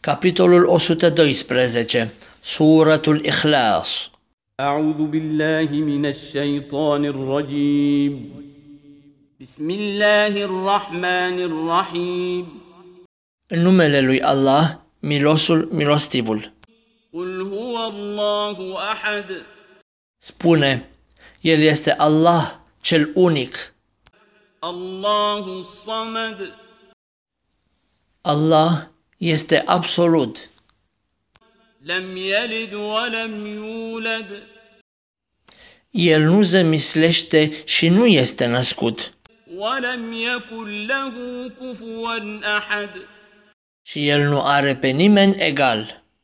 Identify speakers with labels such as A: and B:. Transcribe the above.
A: Capitolul 112, Suratul Ikhlas.
B: أعوذ بالله من الشيطان الرجيم بسم الله الرحمن الرحيم
A: În numele lui Allah, milosul, milostivul.
B: قل هو الله أحد
A: Spune, El este Allah, cel unic.
B: الله الصمد
A: Allah este absolut.
B: لم يلد ولم يولد
A: El nu zămislește și nu este născut.
B: ولم يكن له كفوا أحد
A: Și El nu are pe nimeni egal.